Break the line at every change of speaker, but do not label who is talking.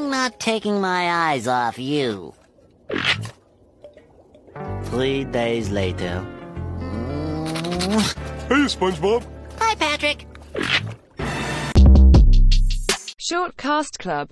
not taking my eyes off you.
Three days later.
Hey, SpongeBob.
Hi, Patrick.
Shortcast Club